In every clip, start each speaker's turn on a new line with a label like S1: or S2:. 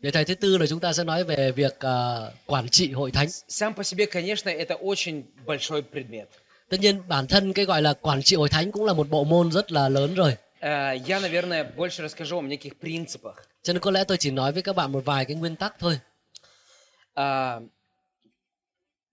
S1: Đề tài thứ tư là chúng ta sẽ nói về việc ờ, quản trị hội thánh.
S2: Сам по себе, конечно, это очень большой предмет.
S1: Tất nhiên bản thân cái gọi là quản trị hội thánh cũng là một bộ môn rất là lớn rồi.
S2: Э, Я, наверное, больше расскажу вам о неких принципах.
S1: Cho nên có lẽ tôi chỉ nói với các bạn một vài cái nguyên tắc thôi.
S2: А,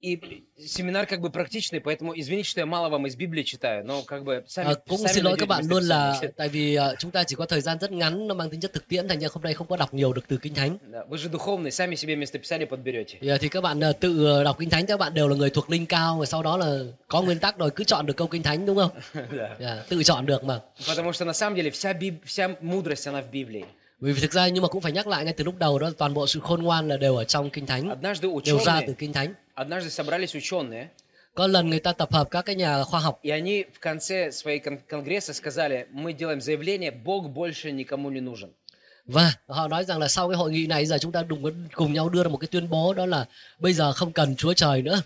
S2: И семинар как бы практичный, поэтому извините, что я мало вам из Библии читаю, но как бы сами,
S1: Ờ, cũng
S2: сами
S1: xin lỗi
S2: найдете
S1: các bạn luôn
S2: местописание.
S1: là tại vì ờ, chúng ta chỉ có thời gian rất ngắn nó mang tính chất thực tiễn thành ra hôm nay không có đọc nhiều được từ kinh thánh.
S2: Да, Вы же духовные, сами себе местописание подберете.
S1: Thì, ờ, thì các bạn ờ, tự ờ, đọc kinh thánh các bạn đều là người thuộc linh cao và sau đó là có nguyên tắc rồi cứ chọn được câu kinh thánh đúng không?
S2: Да.
S1: Dạ, tự chọn được mà.
S2: Потому что на самом деле вся, Биб- вся мудрость, она в Библии.
S1: Vì thực ra nhưng mà cũng phải nhắc lại ngay từ lúc đầu đó là toàn bộ sự khôn ngoan là đều ở trong kinh thánh,
S2: Однажды
S1: đều ra từ
S2: ученые,
S1: kinh thánh.
S2: однажды собрались ученые,
S1: Có lần người ta tập hợp các cái nhà khoa học
S2: и они в конце своей кон- конгресса сказали, мы делаем заявление, Бог больше никому не нужен.
S1: và họ nói rằng là sau cái hội nghị này giờ chúng ta đùng cùng nhau đưa ra một cái tuyên bố đó là bây giờ không cần Chúa trời nữa.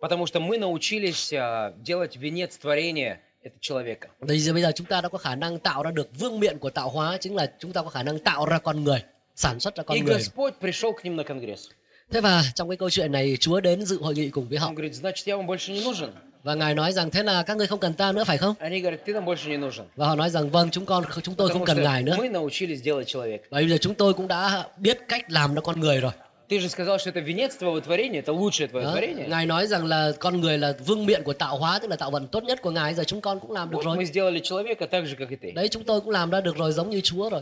S2: Потому что мы научились а, делать венец творения это человека.
S1: Bây giờ bây giờ chúng ta đã có khả năng tạo ra được vương miện của tạo hóa chính là chúng ta có khả năng tạo ra con người, sản xuất ra
S2: И
S1: con người.
S2: Господь пришел к ним на конгресс.
S1: Thế và trong cái câu chuyện này Chúa đến dự hội nghị cùng với họ
S2: Он говорит, значит, я вам больше не нужен.
S1: và ngài nói rằng thế là các ngươi không cần ta nữa phải không?
S2: Они говорят, ты нам больше не нужен.
S1: Và họ nói rằng vâng chúng con chúng tôi
S2: Потому
S1: không
S2: что
S1: cần ngài nữa.
S2: мы научились делать человека.
S1: Và bây giờ chúng tôi cũng đã biết cách làm ra con người rồi.
S2: Ты же сказал, что это венец твоего творения, это лучшее твое
S1: Đó.
S2: творение.
S1: Ngài nói rằng là con người là vương miện của tạo hóa, tức là tạo vật tốt nhất của Ngài. Giờ chúng con cũng làm được
S2: Вот
S1: rồi.
S2: мы сделали человека так же, как и ты.
S1: Đấy, chúng tôi cũng làm ra được rồi, giống như Chúa rồi.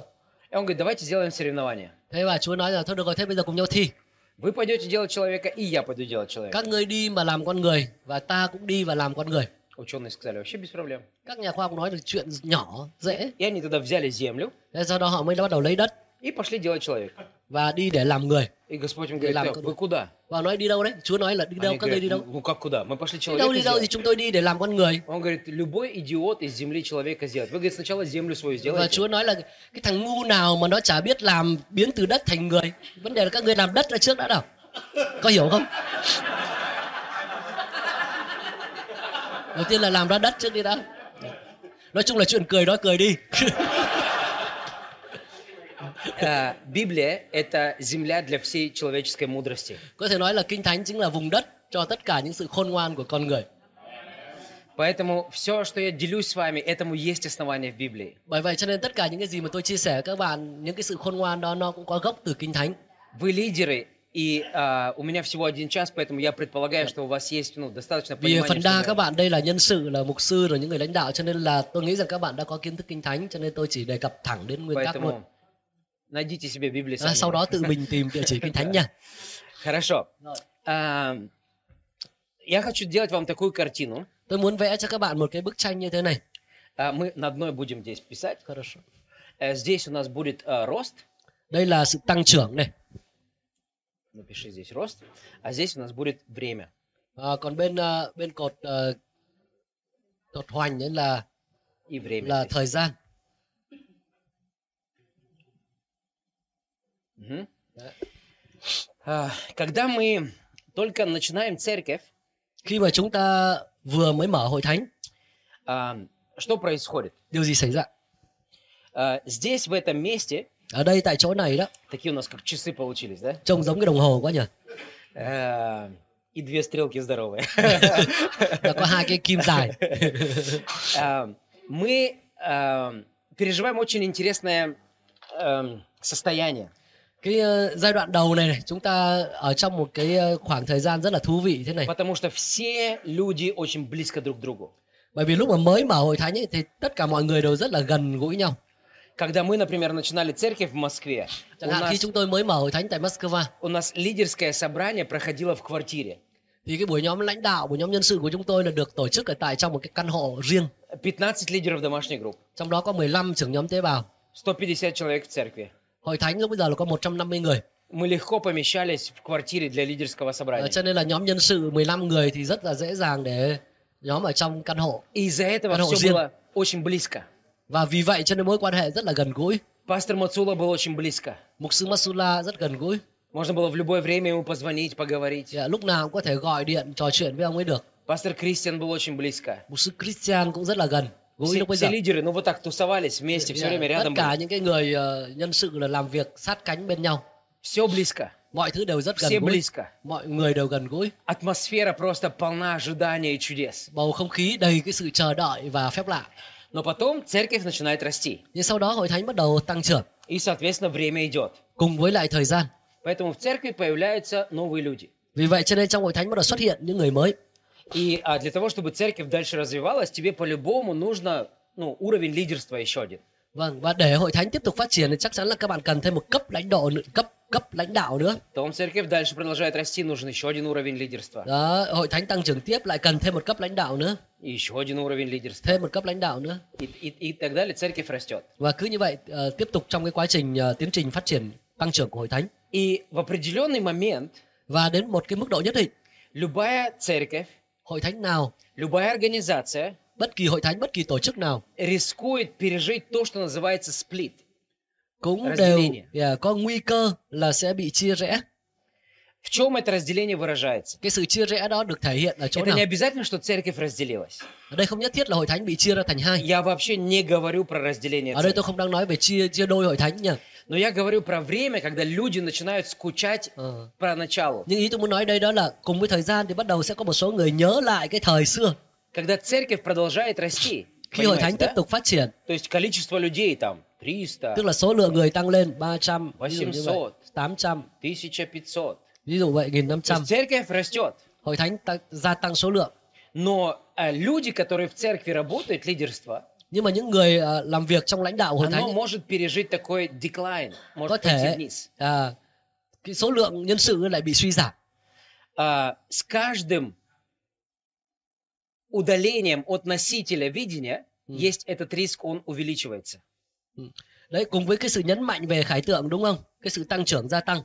S2: И он говорит, давайте сделаем соревнование.
S1: Thế và Chúa nói là thôi được rồi, thế bây giờ cùng nhau thi.
S2: Вы пойдете делать человека, и я пойду делать человека.
S1: Các ngươi đi mà làm con người và ta cũng đi và làm con người.
S2: Ученые сказали, вообще без проблем.
S1: Các nhà khoa học nói được chuyện nhỏ, dễ.
S2: И они тогда взяли землю
S1: Thế sau đó họ mới bắt đầu lấy đất
S2: и пошли делать человека. И
S1: và đi để làm người.
S2: Господь им говорит,
S1: Lam
S2: «Так,
S1: có
S2: вы куда?
S1: Và nói đi đâu đấy? Chúa nói là đi đâu,
S2: Они
S1: các ngươi đi
S2: говорят,
S1: đâu?
S2: ну ну как куда? Мы пошли
S1: Đi đâu
S2: человека
S1: đi đâu thì
S2: сделать.
S1: chúng tôi đi để làm con người.
S2: Он говорит, любой идиот из земли человека сделает. Вы, говорит, сначала землю
S1: Và
S2: свою сделайте.
S1: Chúa nói là cái thằng ngu nào mà nó chả biết làm biến từ đất thành người. Vấn đề là các người làm đất ra trước đã nào. Có hiểu không? Đầu tiên là làm ra đất trước đi đã. Nói chung là chuyện cười đó cười đi.
S2: А, Библия – это земля для всей человеческой мудрости.
S1: Có thể nói là kinh thánh chính là vùng đất cho tất cả những sự khôn ngoan của con người.
S2: Поэтому все, что я делюсь с вами, этому есть основание в Библии.
S1: Bởi vậy cho nên tất cả những cái gì mà tôi chia sẻ với các bạn, những cái sự khôn ngoan đó nó cũng có gốc từ kinh thánh.
S2: Вы лидеры, и а, у меня всего один час, поэтому я предполагаю, что у вас есть ну, достаточно
S1: Vì
S2: понимания.
S1: phần
S2: что
S1: đa
S2: делать.
S1: các bạn đây là nhân sự, là mục sư, rồi những người lãnh đạo cho nên là tôi nghĩ rằng các bạn đã có kiến thức kinh thánh cho nên tôi chỉ đề cập thẳng đến nguyên tắc luôn.
S2: Поэтому найдите себе Библию
S1: À,
S2: сами.
S1: sau đó tự mình tìm địa chỉ kinh thánh nha.
S2: Хорошо. А, я хочу делать вам такую картину.
S1: Tôi muốn vẽ cho các bạn một cái bức tranh như thế này.
S2: А, мы на одной будем здесь писать.
S1: Хорошо.
S2: Э, здесь у нас будет э, рост.
S1: Đây là sự tăng trưởng này.
S2: Напиши здесь рост. А здесь у нас будет время.
S1: À, còn bên à, bên cột à, cột hoành ấy là
S2: И время.
S1: là
S2: здесь.
S1: thời gian.
S2: Мгм.
S1: Да.
S2: А, когда мы только начинаем церковь,
S1: Khi mà chúng ta vừa mới mở hội thánh,
S2: а, что происходит?
S1: điều gì xảy ra?
S2: А, здесь, в этом месте,
S1: Ở đây tại chỗ này đó,
S2: такие у нас как часы получились, да?
S1: trông giống cái đồng hồ quá nhỉ.
S2: Э, и две стрелки здоровые.
S1: Là có hai cái kim dài.
S2: Э, Мы э, переживаем очень интересное э, состояние.
S1: Cái ờ, giai đoạn đầu này này, chúng ta ở trong một cái ờ, khoảng thời gian rất là thú vị thế này.
S2: Потому что все люди очень близко друг к другу.
S1: Bởi vì lúc mà mới mở hội thánh ấy, thì tất cả mọi người đều rất là gần gũi nhau.
S2: Когда мы, например, начинали церковь в Москве, у
S1: Chẳng hạn khi
S2: нас,
S1: chúng tôi mới mở hội thánh tại Moscow
S2: у нас лидерское собрание проходило в квартире.
S1: thì cái buổi nhóm lãnh đạo, buổi nhóm nhân sự của chúng tôi là được tổ chức ở tại trong một cái căn hộ riêng.
S2: 15 лидеров домашних групп,
S1: Trong đó có 15 trưởng nhóm tế bào.
S2: 150 человек в церкви.
S1: Hội thánh lúc bây giờ là có 150 người.
S2: Мы легко помещались в квартире для лидерского
S1: Ờ,
S2: собрания.
S1: cho nên là nhóm nhân sự 15 người thì rất là dễ dàng để nhóm ở trong căn hộ.
S2: И из-за этого
S1: Канал
S2: все
S1: Зен.
S2: было очень близко.
S1: Và vì vậy cho nên mối quan hệ rất là gần gũi.
S2: Пастор Мацула был очень близко.
S1: Mục sư Masula rất gần gũi.
S2: Можно было в любое время ему позвонить,
S1: Thì,
S2: поговорить.
S1: à, lúc nào cũng có thể gọi điện trò chuyện với ông ấy được.
S2: Пастор Кристиан был очень близко.
S1: Mục sư Christian cũng rất là gần gũi
S2: Все,
S1: lúc bây
S2: все
S1: giờ.
S2: лидеры, ну вот так тусовались вместе, все
S1: Dạ,
S2: время
S1: tất
S2: рядом
S1: cả
S2: были.
S1: những cái người ờ, nhân sự là làm việc sát cánh bên nhau.
S2: Все близко.
S1: mọi thứ đều rất gần
S2: Все
S1: gũi
S2: близко.
S1: mọi người đều gần gũi
S2: Атмосфера просто полна ожидания и чудес.
S1: bầu không khí đầy cái sự chờ đợi và phép lạ
S2: Но потом церковь начинает расти.
S1: nhưng sau đó hội thánh bắt đầu tăng trưởng
S2: И, соответственно, время идет.
S1: cùng với lại thời gian
S2: Поэтому в церкви появляются новые люди.
S1: vì vậy cho nên trong hội thánh bắt đầu xuất hiện những người mới
S2: И а, для того, чтобы церковь дальше развивалась, тебе по-любому нужно ну, уровень лидерства еще один.
S1: vâng và để hội thánh tiếp tục phát triển thì chắc chắn là các bạn cần thêm một cấp lãnh đạo nữa- cấp cấp lãnh đạo nữa
S2: Потом церковь дальше продолжает расти, нужен еще один уровень лидерства.
S1: đó hội thánh tăng trưởng tiếp lại cần thêm một cấp lãnh đạo nữa
S2: И еще один уровень лидерства.
S1: thêm một cấp lãnh đạo nữa
S2: И, и- и так далее, церковь растет.
S1: và cứ như vậy ờ, tiếp tục trong cái quá trình ờ, tiến trình phát triển tăng trưởng của hội thánh
S2: И в определенный момент
S1: và đến một cái mức độ nhất định
S2: любая церковь,
S1: hội thánh nào
S2: любая организация
S1: bất kỳ hội thánh bất kỳ tổ chức nào
S2: рискует пережить то, что называется сплит.
S1: cũng đều
S2: Разделение.
S1: yeah, có nguy cơ là sẽ bị chia rẽ
S2: В чем это разделение выражается?
S1: cái sự chia rẽ đó được thể hiện ở chỗ
S2: Это
S1: nào
S2: не обязательно, что церковь разделилась.
S1: ở đây không nhất thiết là hội thánh bị chia ra thành hai
S2: Я вообще не говорю про разделение
S1: ở đây
S2: церкви.
S1: tôi không đang nói về chia chia đôi hội thánh nha
S2: Но я говорю про время, когда люди начинают скучать
S1: Ờ.
S2: поначалу.
S1: nhưng ý tôi muốn nói đây đó là cùng với thời gian thì bắt đầu sẽ có một số người nhớ lại cái thời xưa
S2: Когда церковь продолжает расти.
S1: khi hội thánh
S2: понимаете,
S1: tiếp
S2: да?
S1: tục phát triển
S2: То есть количество людей там
S1: tức
S2: 300,
S1: là số lượng người tăng lên 300 ví dụ như vậy
S2: 800.
S1: 800
S2: 1500.
S1: ví dụ vậy
S2: То
S1: 1500
S2: есть церковь растет.
S1: hội thánh ta, gia tăng số lượng
S2: Но э, люди, которые в церкви работают, лидерство,
S1: nhưng mà những người ờ, làm việc trong lãnh đạo hội thánh
S2: оно может пережить такой деклайн,
S1: có
S2: может пойти
S1: thể
S2: вниз.
S1: à, cái số lượng nhân sự lại bị suy giảm
S2: А, с каждым удалением от носителя видения
S1: Мгм.
S2: есть этот риск, он увеличивается.
S1: đấy cùng với cái sự nhấn mạnh về khải tượng đúng không cái sự tăng trưởng gia tăng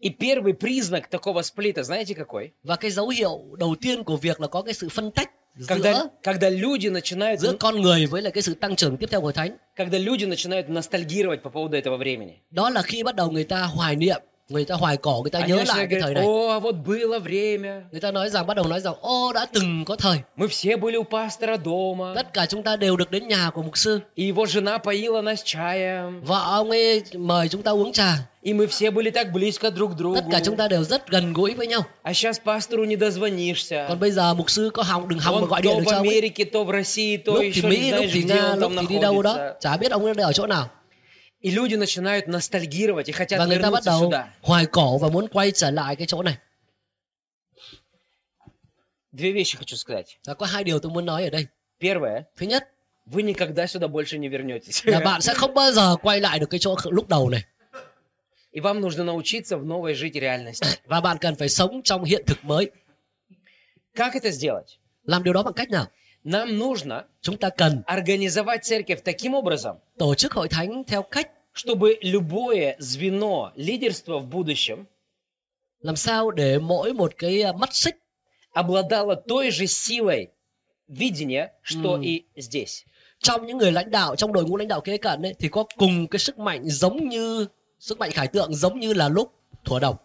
S2: И первый признак такого сплита, знаете какой?
S1: và cái dấu hiệu đầu tiên của việc là có cái sự phân tách giữa
S2: Когда, когда люди начинают,
S1: giữa con người với lại cái sự tăng trưởng tiếp theo của thánh
S2: когда люди начинают ностальгировать по поводу этого времени.
S1: đó là khi bắt đầu người ta hoài niệm người ta hoài cổ người ta
S2: Они
S1: nhớ lại
S2: начинают
S1: cái thời
S2: говорить,
S1: này
S2: о, а вот было время,
S1: người ta nói rằng bắt đầu nói rằng ô đã từng có thời
S2: мы все были у пастора дома,
S1: tất cả chúng ta đều được đến nhà của mục sư
S2: и его жена поила нас чаем,
S1: vợ ông ấy mời chúng ta uống trà
S2: и мы все были так близко друг к другу.
S1: tất cả chúng ta đều rất gần gũi với nhau
S2: А сейчас пастору не дозвонишься.
S1: còn bây giờ mục sư có hỏng đừng hòng mà
S2: Он
S1: gọi
S2: то
S1: điện được
S2: в
S1: cho ông ấy.
S2: Америке, то в России, то
S1: lúc thì
S2: еще не
S1: Mỹ, lúc
S2: знаешь,
S1: thì
S2: где
S1: Nga,
S2: он
S1: lúc
S2: там
S1: thì đi đâu đó,
S2: находится.
S1: chả biết ông ấy đang ở chỗ nào.
S2: И люди начинают ностальгировать и хотят
S1: Và người ta bắt
S2: вернуться
S1: đầu
S2: сюда.
S1: hoài cổ và muốn quay trở lại cái chỗ này.
S2: Две вещи хочу сказать.
S1: Và có hai điều tôi muốn nói ở đây.
S2: Первое,
S1: Thứ nhất
S2: вы никогда сюда больше не вернетесь.
S1: là bạn sẽ không bao giờ quay lại được cái chỗ lúc đầu này
S2: И вам нужно научиться в новой жить реальности.
S1: và bạn cần phải sống trong hiện thực mới.
S2: Как это сделать?
S1: Làm điều đó bằng cách nào?
S2: Нам нужно
S1: Chúng ta cần
S2: организовать церковь таким образом,
S1: tổ chức hội thánh theo cách
S2: чтобы любое звено лидерства в будущем
S1: làm sao để mỗi một cái à, mắt xích
S2: обладало той же силой видения, что и здесь.
S1: trong những người lãnh đạo trong đội ngũ lãnh đạo kế cận ấy thì có cùng cái sức mạnh giống như sức mạnh khải tượng giống như là lúc thuở đồng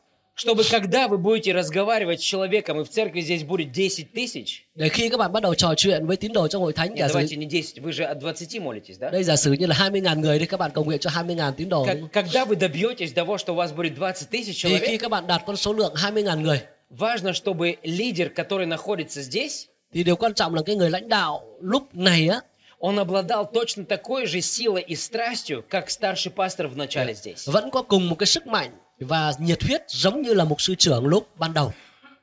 S2: Чтобы когда вы будете разговаривать с человеком, и в церкви здесь будет 10 тысяч,
S1: để khi các bạn bắt đầu trò chuyện với tín đồ trong hội thánh
S2: Нет,
S1: giả sử
S2: давайте не 10, вы же от 20 молитесь, да?
S1: Đây giả sử như là 20.000 người đi các bạn cầu nguyện cho 20.000 tín đồ. đúng
S2: Как-
S1: không?
S2: когда вы добьетесь того, что у вас будет 20 тысяч
S1: Thì khi
S2: человек,
S1: các bạn đạt con số lượng 20.000 người
S2: важно, чтобы лидер, который находится здесь,
S1: thì điều quan trọng là cái người lãnh đạo lúc này á
S2: он обладал точно такой же силой и страстью, как старший пастор в начале здесь.
S1: vẫn có cùng một cái sức mạnh và nhiệt huyết giống như là mục sư trưởng lúc ban đầu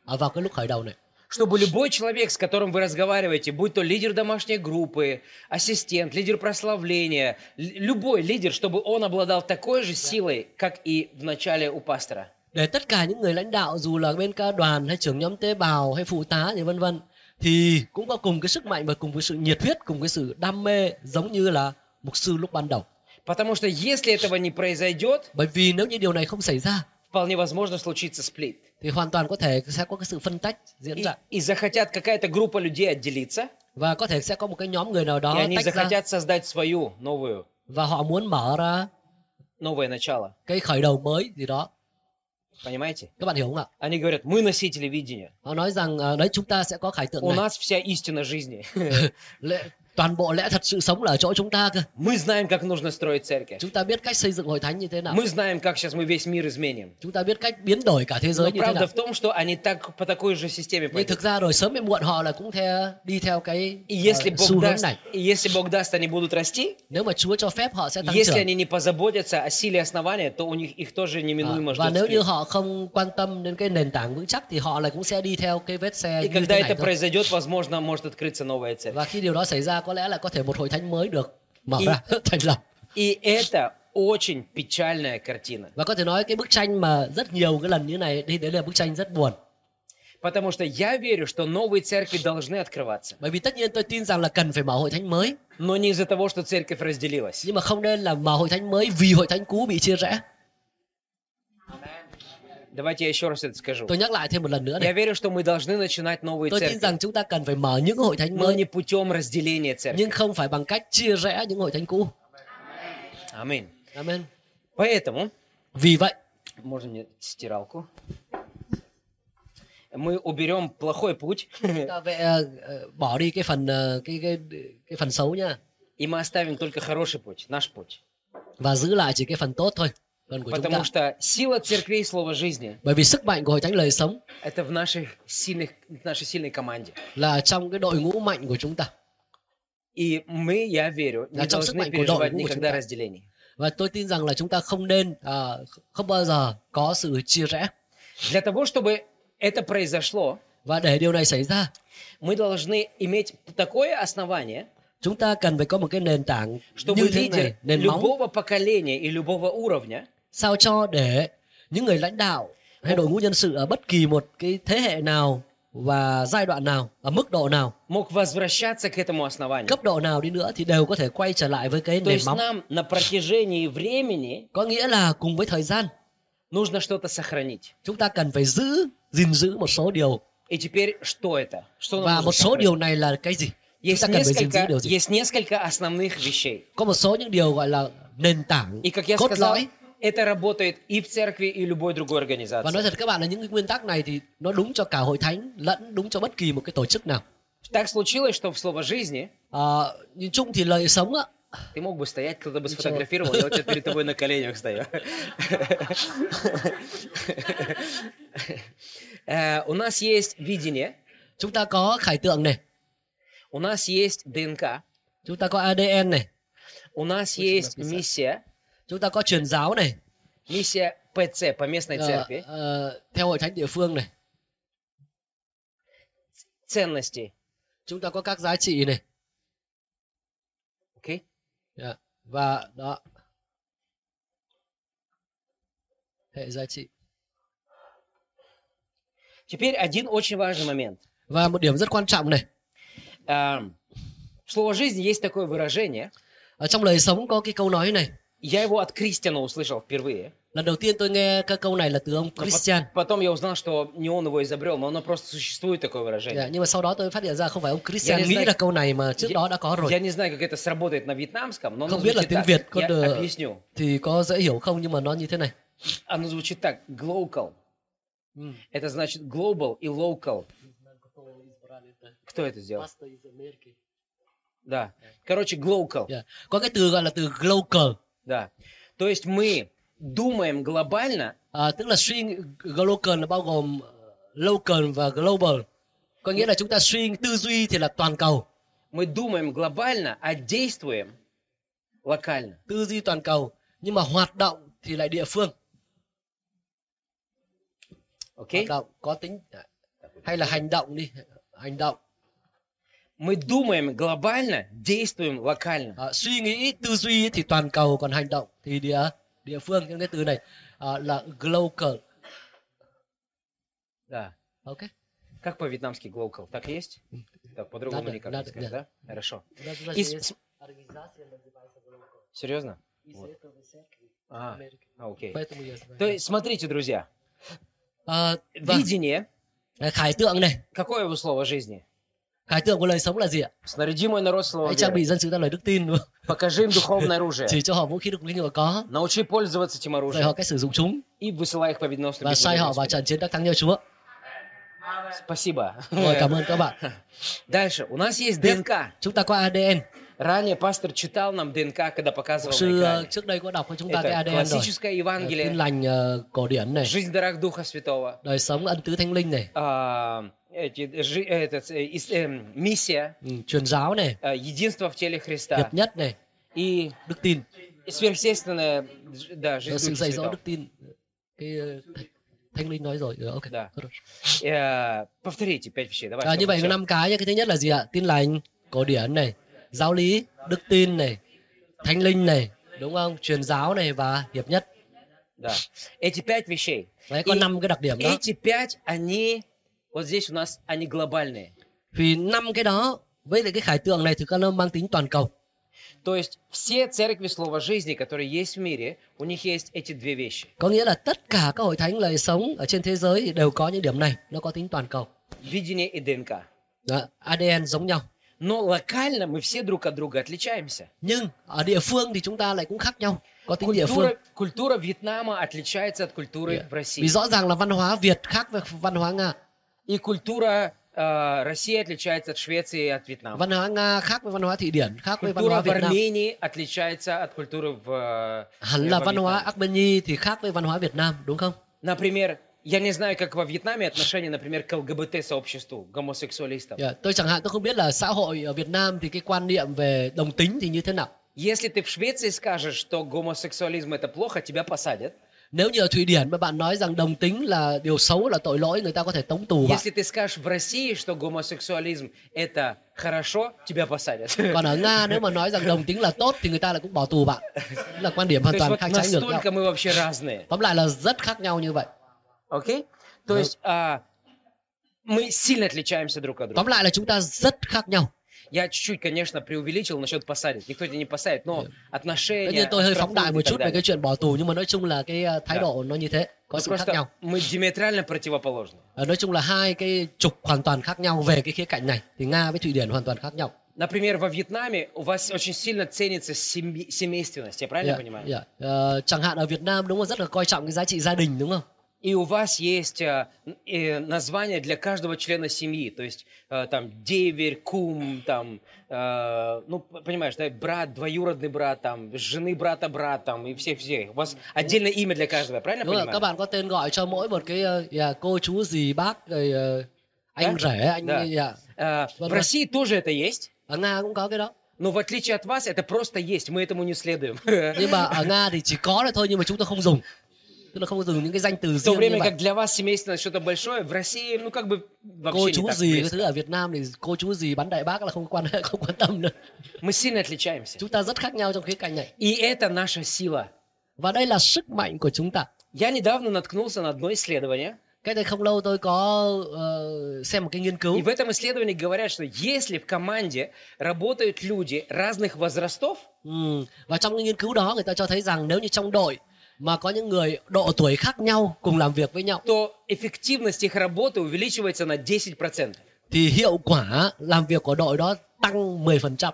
S1: ở vào cái lúc khởi đầu này.
S2: Чтобы любой человек, с которым вы разговариваете, будь то лидер домашней группы, ассистент, лидер прославления, л- любой лидер, чтобы он обладал такой же силой, как и в начале у пастора.
S1: Để tất cả những người lãnh đạo dù là bên ca đoàn hay trưởng nhóm tế bào hay phụ tá gì vân vân thì cũng có cùng cái sức mạnh và cùng với sự nhiệt huyết, cùng cái sự đam mê giống như là mục sư lúc ban đầu.
S2: Потому что если этого не произойдет,
S1: Bởi vì nếu như điều này không xảy ra
S2: вполне возможно случится сплит.
S1: thì hoàn toàn có thể sẽ có cái sự phân tách diễn
S2: И,
S1: ra.
S2: и захотят какая-то группа людей отделиться,
S1: và có thể sẽ có một cái nhóm người nào
S2: и
S1: đó
S2: они
S1: tách ra
S2: захотят создать свою новую,
S1: và họ muốn mở ra
S2: новое начало.
S1: cái khởi đầu mới gì đó
S2: Понимаете?
S1: các bạn hiểu không ạ
S2: Они говорят, мы носители видения.
S1: họ nói rằng à, đấy chúng ta sẽ có khải tượng
S2: У
S1: này
S2: нас вся истина жизни.
S1: Lệ- toàn bộ lẽ thật sự sống là ở chỗ chúng ta cơ
S2: Мы знаем, как нужно строить церковь.
S1: chúng ta biết cách xây dựng hội thánh như thế nào
S2: Мы знаем, как сейчас мы весь мир изменим.
S1: chúng ta biết cách biến đổi cả thế
S2: Но
S1: giới như thế nào
S2: правда в том, что они так по такой же системе
S1: nhưng
S2: пойдут.
S1: thực ra rồi sớm hay muộn họ là cũng theo đi theo cái
S2: И если,
S1: ờ,
S2: Бог
S1: xu hướng
S2: даст,
S1: này
S2: и если Бог даст, они будут расти.
S1: nếu mà Chúa cho phép họ sẽ tăng
S2: Если
S1: trưởng
S2: они не позаботятся о силе основания, то у них их тоже
S1: Ờ,
S2: неминуемо
S1: và
S2: ждет
S1: nếu như
S2: встреча.
S1: họ không quan tâm đến cái nền tảng vững chắc thì họ lại cũng sẽ đi theo cái vết xe
S2: И
S1: như
S2: когда
S1: thế này
S2: это
S1: thôi.
S2: произойдет, возможно, может открыться новая церковь.
S1: và khi điều đó xảy ra có lẽ là có thể một hội thánh mới được mở
S2: Ý-
S1: ra thành lập
S2: И это очень печальная картина.
S1: và có thể nói cái bức tranh mà rất nhiều cái lần như này thì đấy là bức tranh rất buồn
S2: Потому что я верю, что новые церкви должны открываться.
S1: bởi vì tất nhiên tôi tin rằng là cần phải mở hội thánh mới
S2: Но не из-за того, что церковь разделилась.
S1: nhưng mà không nên là mở hội thánh mới vì hội thánh cũ bị chia rẽ
S2: Давайте я еще раз это скажу.
S1: tôi nhắc lại thêm một lần nữa
S2: Я
S1: này
S2: верю, что мы должны начинать новые
S1: tôi tin
S2: церкви,
S1: rằng chúng ta cần phải mở những hội thánh
S2: но
S1: mới
S2: не путем разделения церкви.
S1: nhưng không phải bằng cách chia rẽ những hội thánh cũ
S2: Аминь.
S1: amen
S2: Поэтому,
S1: vì vậy
S2: можно мне стиралку? Мы уберем плохой путь,
S1: chúng ta vệ, ờ, ờ, bỏ đi cái phần ờ, cái cái cái phần xấu nha
S2: и мы оставим только хороший путь, наш путь.
S1: và giữ lại chỉ cái phần tốt thôi phần của chúng ta
S2: Потому что сила церквей и слова жизни
S1: bởi vì sức mạnh của hội thánh lời sống
S2: – это в нашей сильных, в нашей сильной команде.
S1: là trong cái đội ngũ mạnh của chúng ta
S2: И мы, я верю, не
S1: Значит,
S2: должны
S1: обсуждать,
S2: переживать
S1: куда-
S2: никогда
S1: куда-
S2: разделений.
S1: và tôi tin rằng là chúng ta không nên ờ, không bao giờ có sự chia rẽ
S2: Для того, чтобы это произошло,
S1: và để điều này xảy ra
S2: мы должны иметь такое основание,
S1: chúng ta cần phải có một cái nền tảng
S2: чтобы
S1: như thế này
S2: лидер
S1: nền móng
S2: любого поколения и любого уровня
S1: sao cho để những người lãnh đạo hay đội ngũ nhân sự ở bất kỳ một cái thế hệ nào và giai đoạn nào ở mức độ nào
S2: мог возвращаться к этому основанию.
S1: cấp độ nào đi nữa thì đều có thể quay trở lại với cái
S2: То
S1: nền
S2: есть
S1: móng
S2: нам на протяжении времени
S1: có nghĩa là cùng với thời gian
S2: нужно что-то сохранить.
S1: chúng ta cần phải giữ gìn giữ một số điều
S2: И теперь что это? Что нам
S1: và
S2: нужно
S1: một số
S2: сохранить?
S1: điều này là cái gì chúng ta
S2: Есть
S1: cần phải gìn giữ
S2: несколько,
S1: điều gì
S2: есть несколько основных вещей.
S1: có một số những điều gọi là nền tảng
S2: И как я
S1: cốt
S2: сказал,
S1: lõi
S2: это работает и в церкви, и любой другой
S1: và nói
S2: организации.
S1: thật các bạn là những cái nguyên tắc này thì nó đúng cho cả hội thánh lẫn đúng cho bất kỳ một cái tổ chức nào
S2: Так случилось, что в слово жизни
S1: Ờ, nhìn chung thì lời sống á
S2: Ты мог бы стоять, кто-то бы
S1: Ничего.
S2: сфотографировал, я у тебя перед тобой на коленях стою. Э, У нас есть видение,
S1: chúng ta có khải tượng này
S2: у нас есть ДНК,
S1: chúng ta có ADN này
S2: у нас
S1: Очень
S2: есть
S1: написано.
S2: миссия,
S1: chúng ta có truyền giáo này
S2: миссия ПЦ по местной
S1: ờ,
S2: церкви,
S1: ờ, theo hội thánh địa phương này
S2: ценности.
S1: chúng ta có các giá trị này
S2: Окей?
S1: Dạ. và đó hệ giá trị
S2: Теперь один очень важный момент.
S1: và một điểm rất quan trọng này
S2: Эм, В слово жизни есть такое выражение.
S1: ở trong lời sống có cái câu nói này
S2: Я его от Кристиана услышал впервые.
S1: lần đầu tiên tôi nghe cái câu này là từ ông
S2: Но пот-
S1: Christian
S2: Потом я узнал, что не он его изобрел, но оно просто существует такое выражение.
S1: Dạ, nhưng mà sau đó tôi phát hiện ra không phải ông Christian
S2: Dạ,
S1: nghĩ
S2: dạ.
S1: ra câu này mà trước
S2: Dạ.
S1: đó đã có rồi
S2: Я не знаю, как это сработает на вьетнамском, но оно
S1: Không biết là
S2: звучит
S1: tiếng
S2: так.
S1: Việt có
S2: Я
S1: được-
S2: объясню.
S1: thì có dễ hiểu không nhưng mà nó như thế này
S2: Оно звучит так. Global.
S1: Ừ.
S2: Это значит global и local. Кто это сделал? Да. Короче, global.
S1: Dạ. có cái từ gọi là từ global
S2: Да. То есть мы думаем глобально,
S1: À, tức là suy nghĩ- global là bao gồm local và global có nghĩa là chúng ta suy tư duy thì là toàn cầu
S2: мы думаем глобально, а действуем локально.
S1: tư duy toàn cầu nhưng mà hoạt động thì lại địa phương
S2: Окей?
S1: hoạt động có tính à, hay là hành động đi hành động
S2: Мы думаем глобально, действуем локально.
S1: À, suy nghĩ tư duy thì toàn cầu còn hành động thì địa địa phương những cái từ này à, là global
S2: Да.
S1: ok
S2: Как по-вьетнамски global? Так есть? Так, по-другому
S1: Да-да,
S2: никак не
S1: да-да,
S2: сказать, да? Хорошо. И с- Серьезно? Вот. А, а, окей.
S1: Поэтому я знаю.
S2: То есть, смотрите, друзья,
S1: À, vâng.
S2: видение,
S1: khải tượng này
S2: какое его слово жизни?
S1: khải tượng của lời sống là gì ạ
S2: Снаряди мой народ словом
S1: hãy trang
S2: веры.
S1: bị dân sự ta lời đức tin đúng không?
S2: Покажи им духовное оружие.
S1: chỉ cho họ vũ khí được linh mà có
S2: Научи пользоваться этим
S1: dạy họ
S2: оружием
S1: cách sử dụng chúng
S2: и высылай их победоносным
S1: và sai
S2: битвам
S1: họ vào
S2: Господа.
S1: trận chiến đắc thắng cho Chúa
S2: Спасибо.
S1: Rồi cảm ơn các bạn.
S2: Дальше. У нас есть ДНК.
S1: Chúng ta có ADN.
S2: Ранее пастор читал нам ДНК, когда
S1: Mục
S2: показывал
S1: sư
S2: на
S1: ờ,
S2: экране.
S1: trước đây có đọc cho chúng ta cái
S2: Это
S1: ADN rồi. Ờ,
S2: классическое
S1: Tin
S2: Евангелие,
S1: lành ờ, cổ điển này,
S2: жизнь дарах Духа Святого,
S1: đời sống ân tứ thánh linh này,
S2: а, эти, жи- этот, э, ис- эм, миссия,
S1: ừ, truyền giáo này,
S2: э, единство в теле Христа
S1: hiệp nhất này,
S2: и
S1: đức tin,
S2: и сверхъестественная ж- да,
S1: Ờ,
S2: жизнь
S1: sự
S2: Духа
S1: dạy dỗ
S2: Святого.
S1: đức tin. Cái ờ, Thánh- thánh linh nói rồi. Ờ, Ok.
S2: Да.
S1: Tốt rồi.
S2: Э, Повторите пять вещей. Давай.
S1: À, như
S2: чтобы
S1: vậy có
S2: всё.
S1: năm cái nhé. Cái thứ nhất là gì ạ? Tin lành, cổ điển này, giáo lý, đức tin này, thánh linh này, đúng không? Truyền giáo này và hiệp nhất.
S2: Да. Эти пять вещей.
S1: Đấy có
S2: Ý-
S1: năm cái đặc điểm đó.
S2: Эти пять, они вот здесь у нас, они глобальные.
S1: Vì năm cái đó với lại cái khải tượng này thực ra nó mang tính toàn cầu.
S2: То есть все церкви слова жизни, которые есть в мире, у них есть эти две вещи.
S1: Có nghĩa là tất cả các hội thánh lời sống ở trên thế giới thì đều có những điểm này, nó có tính toàn cầu.
S2: Видение и ДНК.
S1: Đó, ADN giống nhau.
S2: Но локально мы все друг от друга отличаемся.
S1: Nhưng ở địa phương thì chúng ta lại cũng khác nhau, có tính địa phương.
S2: Культура, культура Вьетнама отличается от культуры
S1: Yeah.
S2: в России.
S1: Vì rõ ràng là văn hóa Việt khác với văn hóa Nga,
S2: И культура э, России отличается от Швеции и от Вьетнама.
S1: văn hóa Nga khác với văn hóa Thụy Điển, khác với văn
S2: Культура
S1: hóa
S2: в
S1: Việt Nam.
S2: Армении отличается от культуры в... э,
S1: Hẳn là
S2: во
S1: văn hóa
S2: Вьетнаме.
S1: Armenia thì khác với văn hóa Việt Nam, đúng không?
S2: Например, я не знаю, как во Вьетнаме отношение, например, к ЛГБТ-сообществу, гомосексуалистам.
S1: Dạ, Tôi chẳng hạn tôi không biết là xã hội ở Việt Nam thì cái quan niệm về đồng tính thì như thế nào.
S2: Если ты в Швеции скажешь, что гомосексуализм это плохо, тебя посадят.
S1: Nếu như ở Thụy Điển mà bạn nói rằng đồng tính là điều xấu là tội lỗi người ta có thể tống tù bạn.
S2: Если ты скажешь в России, что гомосексуализм это хорошо, тебя посадят.
S1: Còn ở Nga nếu mà nói rằng đồng tính là tốt thì người ta lại cũng bỏ tù bạn. Đó là quan điểm
S2: То
S1: hoàn
S2: есть
S1: toàn
S2: вот
S1: khác trái ngược nhau.
S2: настолько мы вообще разные.
S1: Tóm lại là rất khác nhau như vậy.
S2: Окей? То
S1: Да.
S2: есть а, мы сильно отличаемся друг от друга.
S1: Tóm lại là chúng ta rất khác nhau.
S2: Я чуть-чуть, конечно, преувеличил насчет посадить. Никто тебя не посадит, но
S1: Tất nhiên
S2: отношения...
S1: tôi hơi phóng
S2: оштрафуют
S1: đại một
S2: и так
S1: chút về
S2: далее.
S1: cái chuyện bỏ tù nhưng mà nói chung là cái ờ, thái
S2: Dạ.
S1: độ nó như thế, có
S2: Ну,
S1: sự khác
S2: Просто
S1: nhau.
S2: мы диаметрально противоположны.
S1: Ờ, Nói chung là hai cái trục hoàn toàn khác nhau về cái khía cạnh này thì Nga với Thụy Điển hoàn toàn khác nhau.
S2: Например, во Вьетнаме у вас очень сильно ценится семь- семейственность, я правильно
S1: Dạ,
S2: понимаю?
S1: dạ. Ờ, chẳng hạn ở Việt Nam đúng là rất là coi trọng cái giá trị gia đình đúng không?
S2: И у вас есть э, н- э, название для каждого члена семьи, то есть э, там деверь, кум, там, э, ну п- понимаешь, да, брат, двоюродный брат, там, жены брата брат, там, и все все. У вас отдельное имя для каждого, я правильно
S1: Đúng rồi,
S2: понимаю?
S1: các bạn có tên gọi cho mỗi một cái ờ, dạ, cô chú gì bác rồi ờ, anh
S2: Dạ.
S1: rể anh
S2: Dạ.
S1: dạ.
S2: Э, в
S1: Ладно.
S2: России тоже это есть,
S1: ở Nga cũng có cái đó.
S2: но в отличие от вас это просто есть, мы этому не следуем.
S1: nhưng mà ở nga thì chỉ có là thôi nhưng mà chúng tôi không dùng tức là không dùng những cái danh từ
S2: В то
S1: riêng như
S2: время
S1: vậy
S2: как для вас семейственность что-то большое, в России, ну как бы
S1: cô
S2: вообще не
S1: chú
S2: так
S1: gì cái
S2: близко.
S1: thứ ở việt nam thì cô chú gì bắn đại bác là không quan hệ không quan tâm nữa
S2: Мы сильно отличаемся.
S1: chúng ta rất khác nhau trong khía cạnh này
S2: И это наша сила.
S1: và đây là sức mạnh của chúng ta
S2: Я недавно наткнулся на одно исследование.
S1: cái đây không lâu tôi có ờ, xem một cái nghiên cứu
S2: И в этом исследовании говорят, что если в команде работают люди разных возрастов,
S1: ừ. và trong cái nghiên cứu đó người ta cho thấy rằng nếu như trong đội mà có những người độ tuổi khác nhau cùng làm việc với nhau
S2: то эффективность их работы увеличивается на 10%.
S1: thì hiệu quả làm việc của đội đó tăng 10%.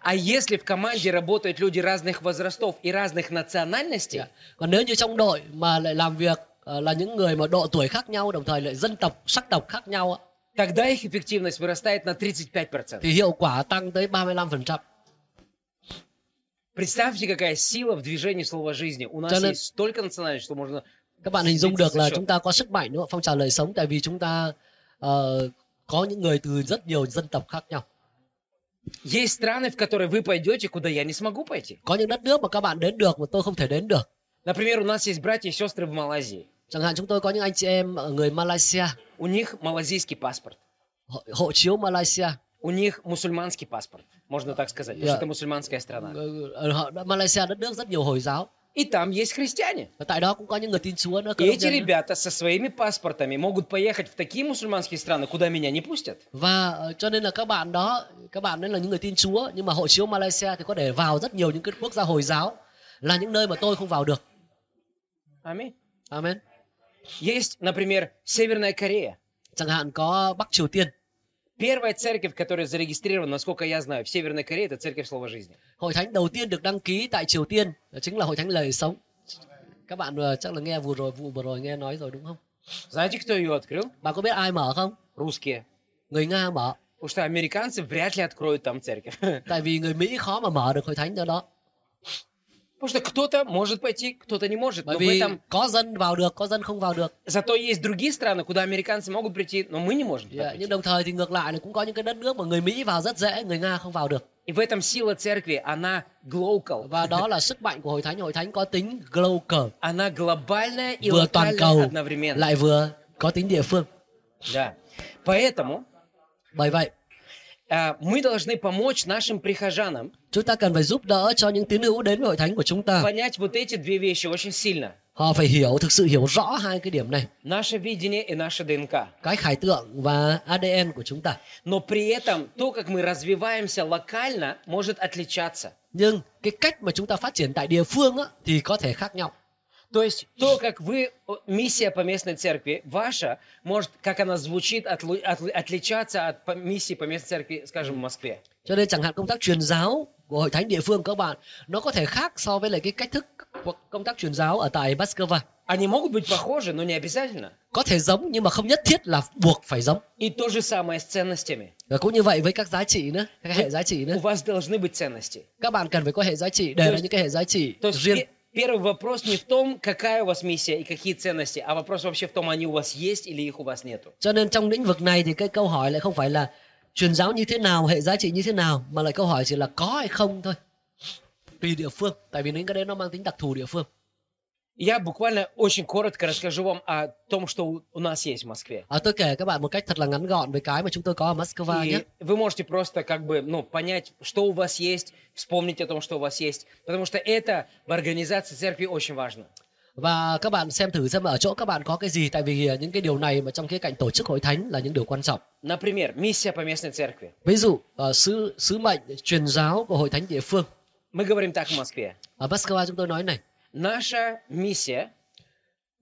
S2: А если в команде работают люди разных возрастов и разных национальностей,
S1: Dạ. Còn nếu như trong đội mà lại làm việc ờ, là những người mà độ tuổi khác nhau đồng thời lại dân tộc sắc tộc khác nhau á,
S2: тогда их эффективность вырастает на 35%.
S1: thì hiệu quả tăng tới 35%.
S2: Представьте, какая сила в движении слова жизни. У нас
S1: Cho nên-
S2: есть столько национальностей, что можно...
S1: Các bạn hình dung
S2: слиться
S1: được
S2: за
S1: là
S2: счет.
S1: chúng ta có sức mạnh đúng không? Phong trào lời sống tại vì chúng ta ờ, có những người từ rất nhiều dân tộc khác nhau.
S2: Есть страны, в которые вы пойдете, куда я не смогу пойти.
S1: Có những đất nước mà các bạn đến được mà tôi không thể đến được.
S2: Например, у нас есть братья и сестры в Малайзии.
S1: Chẳng hạn chúng tôi có những anh chị em ở người Malaysia,
S2: У них малазийский паспорт.
S1: hộ, hộ chiếu Malaysia.
S2: У них мусульманский паспорт, можно так сказать, потому
S1: Да.
S2: что это мусульманская страна.
S1: Ờ, ở họ- Malaysia đất nước rất nhiều Hồi giáo.
S2: И там есть христиане.
S1: Và tại đó cũng có những người tin Chúa nữa. cơ
S2: И
S1: đốc
S2: эти
S1: nhân nữa.
S2: ребята со своими паспортами могут поехать в такие мусульманские страны, куда меня не pustят.
S1: và ờ, cho nên là các bạn đó các bạn đấy là những người tin Chúa nhưng mà hộ chiếu Malaysia thì có thể vào rất nhiều những cái quốc gia hồi giáo là những nơi mà tôi không vào được
S2: Аминь.
S1: amen
S2: Есть, например, Северная Корея.
S1: chẳng hạn có Bắc Triều Tiên
S2: Первая церковь, которая зарегистрирована, насколько я знаю, в Северной Корее, это церковь Слова Жизни.
S1: hội thánh đầu tiên được đăng ký tại Triều Tiên đó chính là hội thánh lời sống các bạn ờ, chắc là nghe vừa rồi vụ vừa rồi nghe nói rồi đúng không
S2: Знаете, кто ее открыл?
S1: Bạn có biết ai mở không?
S2: Русские.
S1: Người Nga mở.
S2: Потому что американцы вряд ли откроют там церковь.
S1: Tại vì người Mỹ khó mà mở được hội thánh cho đó.
S2: Потому что кто-то может пойти, кто-то не может.
S1: Bởi
S2: Но в
S1: vì
S2: этом
S1: có dân vào được, có dân không vào được.
S2: зато есть другие страны, куда американцы могут прийти, но мы не можем. туда
S1: Dạ,
S2: прийти.
S1: Nhưng đồng thời thì ngược lại là cũng có những cái đất nước mà người Mỹ vào rất dễ, người Nga không vào được.
S2: И в этом сила церкви, она глокал.
S1: Và đó là sức mạnh của hội thánh. Hội thánh có tính global,
S2: Она глобальная и
S1: vừa toàn cầu,
S2: локальная одновременно.
S1: lại vừa có tính địa phương.
S2: Да. Поэтому
S1: Bởi vậy,
S2: а, мы должны помочь нашим прихожанам
S1: chúng ta cần phải giúp đỡ cho những tín hữu đến với hội thánh của chúng ta.
S2: понять вот эти две вещи очень сильно.
S1: Họ phải hiểu, thực sự hiểu rõ hai cái điểm này.
S2: Наше видение и наше ДНК.
S1: Cái khải tượng và ADN của chúng ta.
S2: Но при этом то, как мы развиваемся локально, может отличаться.
S1: Nhưng cái cách mà chúng ta phát triển tại địa phương á, thì có thể khác nhau.
S2: То есть то, как вы, о, миссия по местной церкви ваша, может, как она звучит, отлу- отли- отличаться от по- миссии по местной церкви, скажем, в Москве.
S1: Cho nên chẳng hạn công tác truyền giáo của hội thánh địa phương các bạn nó có thể khác so với lại cái cách thức của công tác truyền giáo ở tại Moscow.
S2: Они могут быть похожи, но не обязательно.
S1: Có thể giống nhưng mà không nhất thiết là buộc phải giống.
S2: И то же самое с ценностями.
S1: Và cũng như vậy với các giá trị nữa, các hệ giá trị
S2: У
S1: nữa.
S2: вас должны быть ценности.
S1: Các bạn cần phải có hệ giá trị để là những cái hệ giá trị
S2: То есть
S1: riêng.
S2: пе- первый вопрос не в том, какая у вас миссия и какие ценности, а вопрос вообще в том, они у вас есть или их у вас нету.
S1: Cho nên trong lĩnh vực này thì cái câu hỏi lại không phải là truyền giáo như thế nào, hệ giá trị như thế nào mà lại câu hỏi chỉ là có hay không thôi. Tùy địa phương, tại vì những cái đấy nó mang tính đặc thù địa phương.
S2: Я буквально очень коротко расскажу вам о том, что у- у нас есть в Москве.
S1: À, tôi kể các bạn một cách thật là ngắn gọn về cái mà chúng tôi có ở Moscow nhé.
S2: И вы можете просто как бы, ну, понять, что у вас есть, вспомнить о том, что у вас есть. Потому что это в организации церкви очень важно.
S1: Và các bạn xem thử xem ở chỗ các bạn có cái gì tại vì à, những cái điều này mà trong khía cạnh tổ chức hội thánh là những điều quan trọng.
S2: Например, миссия по местной церкви.
S1: Ví dụ à, sứ sứ mệnh truyền giáo của hội thánh địa phương
S2: Мы говорим так в Москве.
S1: ở Moscow chúng tôi nói này,
S2: Наша миссия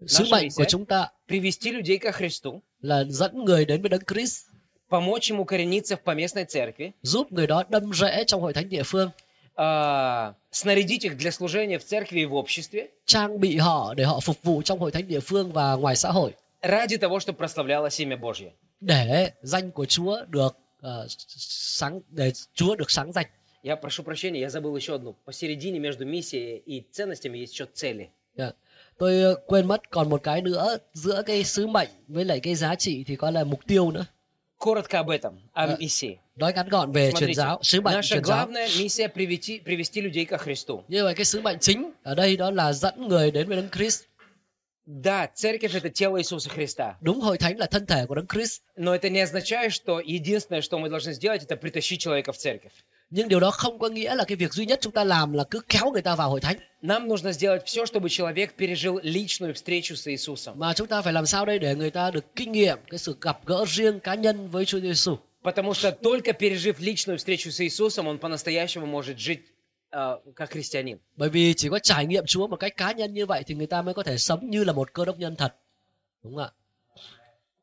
S1: sứ
S2: Nói
S1: mệnh
S2: gì
S1: của
S2: thế?
S1: chúng ta
S2: привести людей ко Христу,
S1: là dẫn người đến với Đấng Christ,
S2: помочь им укорениться в поместной церкви,
S1: giúp người đó đâm rễ trong hội thánh địa phương,
S2: а, снарядить их для служения в церкви и в обществе
S1: trang bị họ để họ phục vụ trong hội thánh địa phương và ngoài xã hội
S2: ради того, чтобы прославлялось имя Божье.
S1: để danh của Chúa được ờ, sáng để Chúa được sáng danh.
S2: Я прошу прощения, я забыл еще одну. Посередине между миссией и ценностями есть еще цели.
S1: Dạ. Tôi ờ, quên mất còn một cái nữa giữa cái sứ mệnh với lại cái giá trị thì có là mục tiêu nữa.
S2: Коротко об этом, о
S1: Да.
S2: миссии.
S1: Nói ngắn gọn về truyền
S2: Смотрите,
S1: giáo, sứ mệnh
S2: наша
S1: truyền giáo.
S2: главная миссия привести, привести людей ко Христу.
S1: Như vậy cái sứ mệnh chính ở đây đó là dẫn người đến với Đấng Christ.
S2: Да, церковь это тело Иисуса Христа,
S1: Đúng hội thánh là thân thể của Đấng Christ,
S2: но это не означает, что единственное, что мы должны сделать, это притащить человека в церковь.
S1: nhưng điều đó không có nghĩa là cái việc duy nhất chúng ta làm là cứ kéo người ta vào hội thánh
S2: Нам нужно сделать все, чтобы человек пережил личную встречу с Иисусом.
S1: mà chúng ta phải làm sao đây để người ta được kinh nghiệm cái sự gặp gỡ riêng cá nhân với Chúa Giêsu.
S2: Потому что только пережив личную встречу с Иисусом, он по-настоящему может жить э, как христианин.
S1: Bởi vì chỉ có trải nghiệm Chúa một cách cá nhân như vậy thì người ta mới có thể sống như là một cơ đốc nhân thật. Đúng không ạ?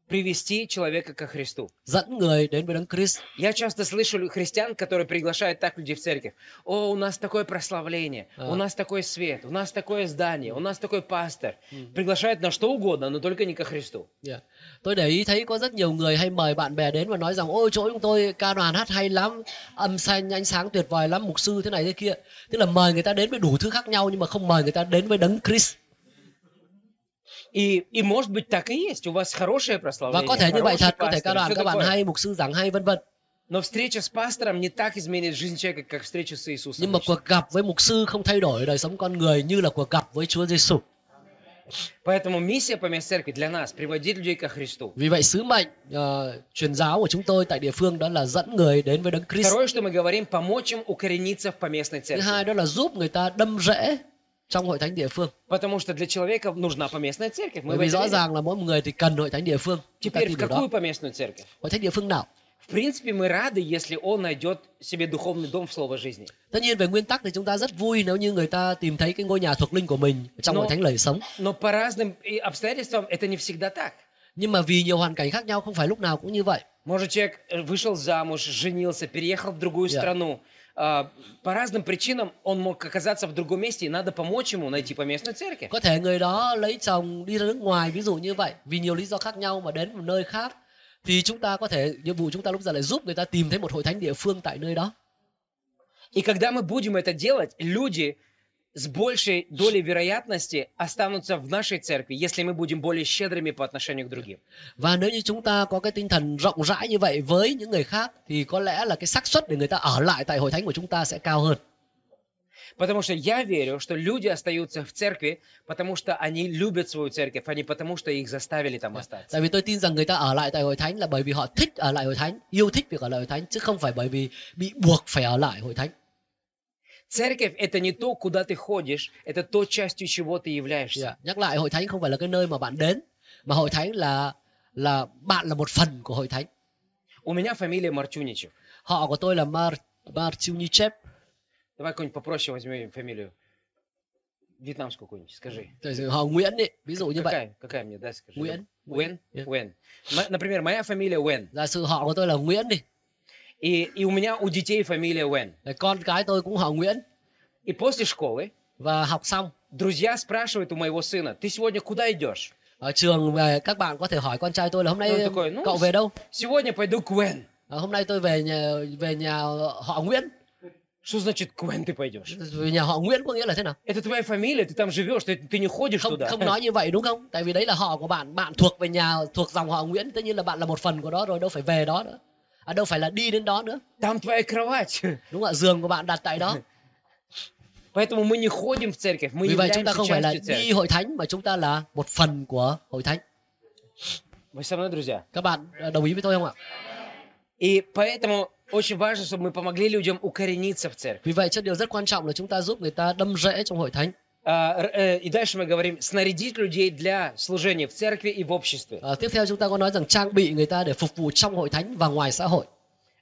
S2: Привести человека ко Христу.
S1: Dẫn người đến với Đấng Christ.
S2: Я часто слышу лю- христиан, которые приглашают так людей в церковь. О, у нас такое прославление,
S1: А.
S2: у нас такой свет, у нас такое здание, у нас такой пастор. Приглашают на что угодно, но только не ко Христу.
S1: Dạ. Tôi để ý thấy có rất nhiều người hay mời bạn bè đến và nói rằng ôi chỗ chúng tôi ca đoàn hát hay lắm, âm thanh ánh sáng tuyệt vời lắm, mục sư thế này thế kia. Tức là mời người ta đến với đủ thứ khác nhau nhưng mà không mời người ta đến với đấng Christ.
S2: И, и может быть так и есть. У вас хорошее
S1: Và
S2: прославление,
S1: có thể như vậy
S2: хороший
S1: thật, có thể
S2: пастор,
S1: ca đoàn
S2: всё
S1: các bạn
S2: такое.
S1: hay, mục sư giảng hay vân vân.
S2: Но встреча с пастором не так изменит жизнь человека, как встреча с Иисусом.
S1: Nhưng mà cuộc gặp với mục sư không thay đổi đời sống con người như là cuộc gặp với Chúa Giêsu.
S2: Поэтому миссия по местной церкви для нас – приводить людей ко Христу.
S1: Vì vậy sứ mệnh ờ, truyền giáo của chúng tôi tại địa phương đó là dẫn người đến với đấng Christ.
S2: Второе, что мы говорим, помочь им укорениться в поместной
S1: Thứ
S2: церкви.
S1: hai đó là giúp người ta đâm rễ trong hội thánh địa phương.
S2: Потому что для человека нужна поместная церковь.
S1: Bởi
S2: Мы в
S1: vì
S2: это
S1: rõ
S2: верим.
S1: ràng là mỗi người thì cần hội thánh địa phương. Chúng ta
S2: Теперь
S1: tin
S2: в
S1: điều đó.
S2: какую поместную церковь?
S1: Hội thánh địa phương nào?
S2: В принципе, мы рады, если он найдет себе духовный дом в Слово жизни.
S1: Tất nhiên về nguyên tắc thì chúng ta rất vui nếu như người ta tìm thấy cái ngôi nhà thuộc linh của mình trong
S2: Nó-
S1: hội thánh lời sống.
S2: Но по разным и обстоятельствам это не всегда так.
S1: Nhưng mà vì nhiều hoàn cảnh khác nhau không phải lúc nào cũng như vậy.
S2: Может, человек э, вышел замуж, женился, переехал в другую
S1: Да.
S2: страну, а, а, по разным причинам он мог оказаться в другом месте, и надо помочь ему найти поместную церковь.
S1: Có thể người đó lấy chồng đi ra nước ngoài ví dụ như vậy vì nhiều lý do khác nhau mà đến một nơi khác thì chúng ta có thể nhiệm vụ chúng ta lúc giờ lại giúp người ta tìm thấy một hội thánh địa phương tại nơi đó.
S2: И когда мы будем это делать, люди с большей долей вероятности останутся в нашей церкви, если мы будем более щедрыми по отношению к другим.
S1: Và nếu như chúng ta có cái tinh thần rộng rãi như vậy với những người khác thì có lẽ là cái xác suất để người ta ở lại tại hội thánh của chúng ta sẽ cao hơn.
S2: Потому что я верю, что люди остаются в церкви, потому что они любят свою церковь, а не потому, что их заставили там остаться.
S1: Tại vì tôi tin rằng người ta ở lại tại hội thánh là bởi vì họ thích ở lại hội thánh, yêu thích việc ở lại hội thánh chứ không phải bởi vì bị buộc phải ở lại hội thánh.
S2: Церковь – это не то, куда ты ходишь, это то, частью чего ты являешься.
S1: Dạ, Nhắc lại hội thánh không phải là cái nơi mà bạn đến mà hội thánh là là bạn là một phần của hội thánh.
S2: У меня фамилия Марчуничев.
S1: Họ của tôi là Mar Martinichep.
S2: Давай какую-нибудь попроще возьмем фамилию. Вьетнамскую какую-нибудь, скажи.
S1: Họ Nguyễn ấy, ví dụ như vậy.
S2: Какая, какая мне, да, скажи.
S1: Уэн.
S2: Уэн?
S1: Yeah.
S2: Уэн. М- Например, моя фамилия Уэн.
S1: Giả sử họ của tôi là Nguyễn đi,
S2: И, и у меня у детей фамилия Уэн.
S1: con cái tôi cũng họ Nguyễn
S2: И после школы
S1: và học xong
S2: друзья спрашивают у моего сына, ты сегодня куда идешь?
S1: ở trường về các bạn có thể hỏi con trai tôi là hôm nay
S2: Tôi- tôi cười, nó-
S1: cậu về đâu?
S2: Сегодня пойду к Уэн.
S1: À, hôm nay tôi về nhà về nhà họ Nguyễn.
S2: Что значит к Уэн ты пойдешь?
S1: Về nhà họ Nguyễn có nghĩa là thế nào?
S2: Это твоя фамилия, ты там живешь, ты, ты не ходишь
S1: Không
S2: туда.
S1: không nói như vậy đúng không? Tại vì đấy là họ của bạn, bạn thuộc về nhà thuộc dòng họ Nguyễn, tất nhiên là bạn là một phần của đó rồi, đâu phải về đó nữa. À đâu phải là đi đến đó nữa.
S2: Там твоя кровать.
S1: Đúng không ạ? Giường của bạn đặt tại đó.
S2: Поэтому мы не ходим в церковь, мы
S1: Vì vậy chúng ta
S2: являемся
S1: không phải là
S2: частью церкви.
S1: đi hội thánh mà chúng ta là một phần của hội thánh.
S2: Вы со мной, друзья?
S1: Các bạn à, đồng ý với tôi không ạ?
S2: И поэтому очень важно, чтобы мы помогли людям укорениться в церкви.
S1: Vì vậy, chất điều rất quan trọng là chúng ta giúp người ta đâm rễ trong hội thánh.
S2: А, р- э, И дальше мы говорим, снарядить людей для служения в церкви и в обществе.
S1: À, tiếp theo chúng ta có nói rằng trang bị người ta để phục vụ trong hội thánh và ngoài xã hội.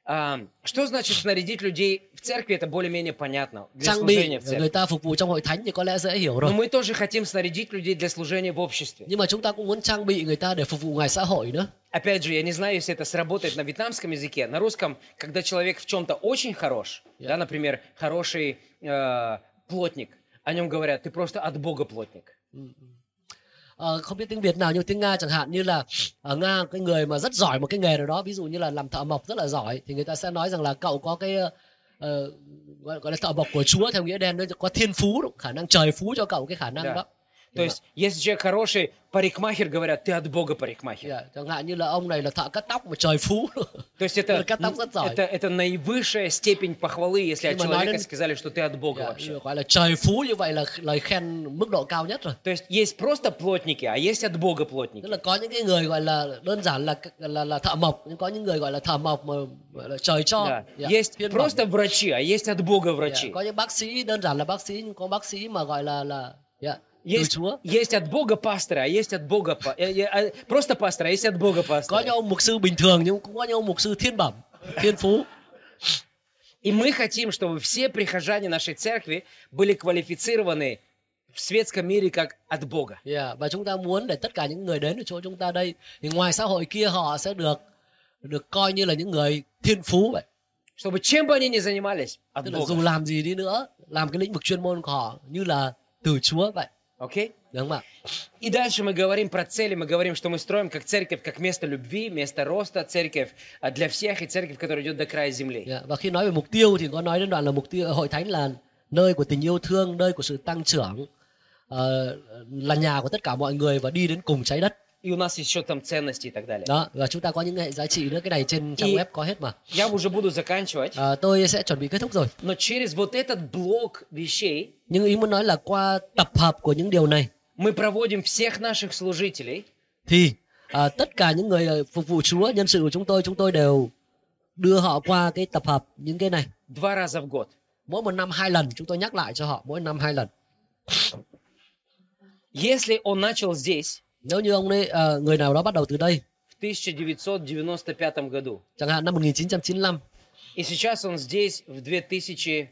S2: А, Что значит снарядить людей в церкви? Это более-менее понятно. Для
S1: Trang bị
S2: служения в
S1: người
S2: церкви.
S1: ta phục vụ trong hội thánh thì có lẽ dễ hiểu
S2: Но
S1: rồi.
S2: мы тоже хотим снарядить людей для служения в обществе.
S1: Nhưng mà chúng ta cũng muốn trang bị người ta để phục vụ ngoài xã hội nữa.
S2: Опять же, я не знаю, если это сработает на вьетнамском языке, на русском, когда человек в чем-то очень хорош, да, например, хороший э, плотник, о нем говорят, ты просто от Бога плотник.
S1: Ờ, không biết tiếng Việt nào nhưng tiếng Nga chẳng hạn như là ở Nga cái người mà rất giỏi một cái nghề nào đó ví dụ như là làm thợ mộc rất là giỏi thì người ta sẽ nói rằng là cậu có cái ờ, gọi gọi là thợ mộc của Chúa theo nghĩa đen đó có thiên phú đó, khả năng trời phú cho cậu cái khả năng
S2: Dạ.
S1: đó
S2: То есть, если человек хороший, парикмахер, говорят, ты от Бога парикмахер.
S1: Dạ, chẳng hạn như là ông này là thợ cắt tóc mà trời phú
S2: То есть это,
S1: Только там зацай.
S2: это, это наивысшая степень похвалы, если от
S1: Именно
S2: человека
S1: Ларин-
S2: сказали, что ты от Бога
S1: Dạ,
S2: вообще.
S1: gọi là trời phú như vậy là lời khen mức độ cao nhất rồi
S2: То есть есть просто плотники, а есть от Бога плотники.
S1: tức là có những cái người gọi là đơn giản là là là thợ mộc nhưng có những người gọi là thợ mộc mà gọi là trời cho
S2: Да.
S1: Dạ,
S2: Есть
S1: thiên bẩm.
S2: просто врачи, а есть от Бога
S1: Dạ,
S2: врачи.
S1: có những bác sĩ đơn giản là bác sĩ nhưng có bác sĩ mà gọi là là dạ, từ
S2: Есть,
S1: Chúa
S2: есть от Бога пастыря, а есть от Бога... па- э, э, а, Просто пастыря, а есть от Бога
S1: có những
S2: пастыря.
S1: ông mục sư bình thường nhưng cũng có những ông mục sư thiên bẩm thiên phú
S2: И мы хотим, чтобы все прихожане нашей церкви были квалифицированы в светском мире как от Бога.
S1: Dạ, và chúng ta muốn để tất cả những người đến ở chỗ chúng ta đây thì ngoài xã hội kia họ sẽ được được coi như là những người thiên phú vậy
S2: Чтобы чем бы они ни занимались, от
S1: tức là
S2: Бога.
S1: dù làm gì đi nữa làm cái lĩnh vực chuyên môn của họ như là từ Chúa vậy
S2: Окей?
S1: đúng không ạ
S2: И дальше мы говорим про цели, мы говорим, что мы строим как церковь, как место любви, место роста, церковь а, для всех и церковь, которая идет до края земли.
S1: Dạ, và khi nói về mục tiêu thì có nói đến đoạn là mục tiêu hội thánh là nơi của tình yêu thương, nơi của sự tăng trưởng, ờ, là nhà của tất cả mọi người và đi đến cùng trái đất.
S2: И у нас еще там ценности и так далее.
S1: Đó và chúng ta có những hệ giá trị nữa cái này trên trang
S2: Ý-
S1: web có hết mà.
S2: Я уже буду заканчивать,
S1: Ờ, tôi sẽ chuẩn bị kết thúc rồi.
S2: но через вот этот блок вещей
S1: Nhưng ý muốn nói là qua tập hợp của những điều này
S2: мы проводим всех наших служителей
S1: thì ờ, tất cả những người ờ, phục vụ Chúa, nhân sự của chúng tôi chúng tôi đều đưa họ qua cái tập hợp những cái này.
S2: два раза в год.
S1: Mỗi một năm hai lần chúng tôi nhắc lại cho họ mỗi năm hai lần.
S2: Если он начал здесь
S1: Nếu như ông ấy ờ, người nào đó bắt đầu từ đây,
S2: в 1995 году,
S1: chẳng hạn năm 1995
S2: и сейчас он здесь в 2000...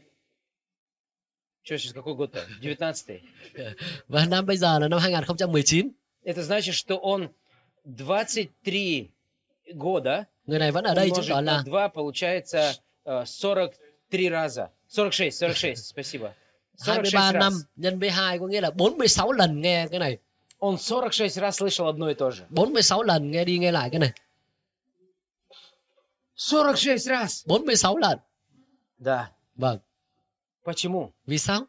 S2: Что сейчас, какой год-то? 19
S1: Và năm bây giờ là năm 2019,
S2: Это значит, что он 23 года
S1: người này vẫn ở đây chứng
S2: умножить
S1: tỏ
S2: на
S1: là
S2: 2 получается э, 43 раза. 46, 46, спасибо. 46
S1: 23
S2: раз.
S1: năm nhân với 2 có nghĩa là 46 lần nghe cái này.
S2: Он 46 раз слышал одно и то же.
S1: 46 lần nghe đi nghe lại cái này.
S2: 46 раз!
S1: 46 lần.
S2: Да.
S1: Vâng.
S2: Почему?
S1: Vì sao?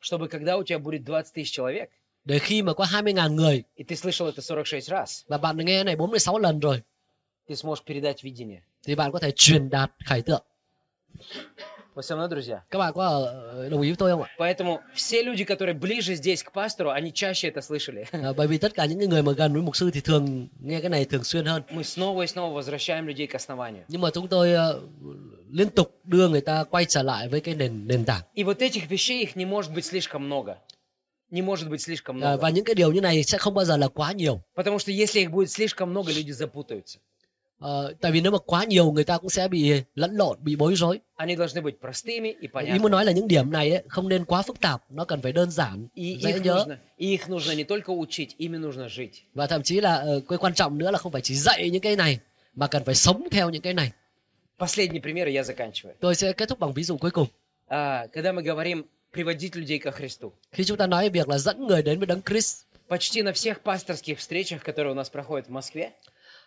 S2: Чтобы когда у тебя будет 20 тысяч человек,
S1: Để khi mà có 20.000 người
S2: и ты слышал это 46 раз,
S1: và bạn nghe này 46 lần rồi
S2: ты сможешь передать видение.
S1: thì bạn có thể truyền đạt khải tượng.
S2: Вы со мной, друзья?
S1: Các bạn có ờ, đồng ý với tôi không ạ?
S2: Поэтому все люди, которые ближе здесь к пастору, они чаще это слышали.
S1: À, bởi vì tất cả những cái người mà gần với mục sư thì thường nghe cái này thường xuyên hơn.
S2: Мы снова и снова возвращаем людей к основанию.
S1: Nhưng mà chúng tôi ờ, liên tục đưa người ta quay trở lại với cái nền nền tảng.
S2: И вот этих вещей их не может быть слишком много. Не может быть слишком
S1: À,
S2: много.
S1: và những cái điều như này sẽ không bao giờ là quá nhiều.
S2: Потому что если их будет слишком много, люди запутаются.
S1: Ờ, tại vì nếu mà quá nhiều người ta cũng sẽ bị lẫn lộn, bị bối rối.
S2: Они должны быть простыми и
S1: Ý muốn
S2: понятными.
S1: nói là những điểm này ấy, không nên quá phức tạp, nó cần phải đơn giản,
S2: И
S1: dễ
S2: их,
S1: nhớ
S2: нужно, и их нужно не только учить, ими нужно жить.
S1: và thậm chí là ờ, cái quan trọng nữa là không phải chỉ dạy những cái này mà cần phải sống theo những cái này.
S2: Последний пример, и я заканчиваю.
S1: Tôi sẽ kết thúc bằng ví dụ cuối cùng.
S2: А, когда мы говорим приводить людей ко Христу,
S1: Khi chúng ta nói về việc là dẫn người đến với Đấng Christ
S2: почти на всех пасторских встречах, которые у нас проходят в Москве,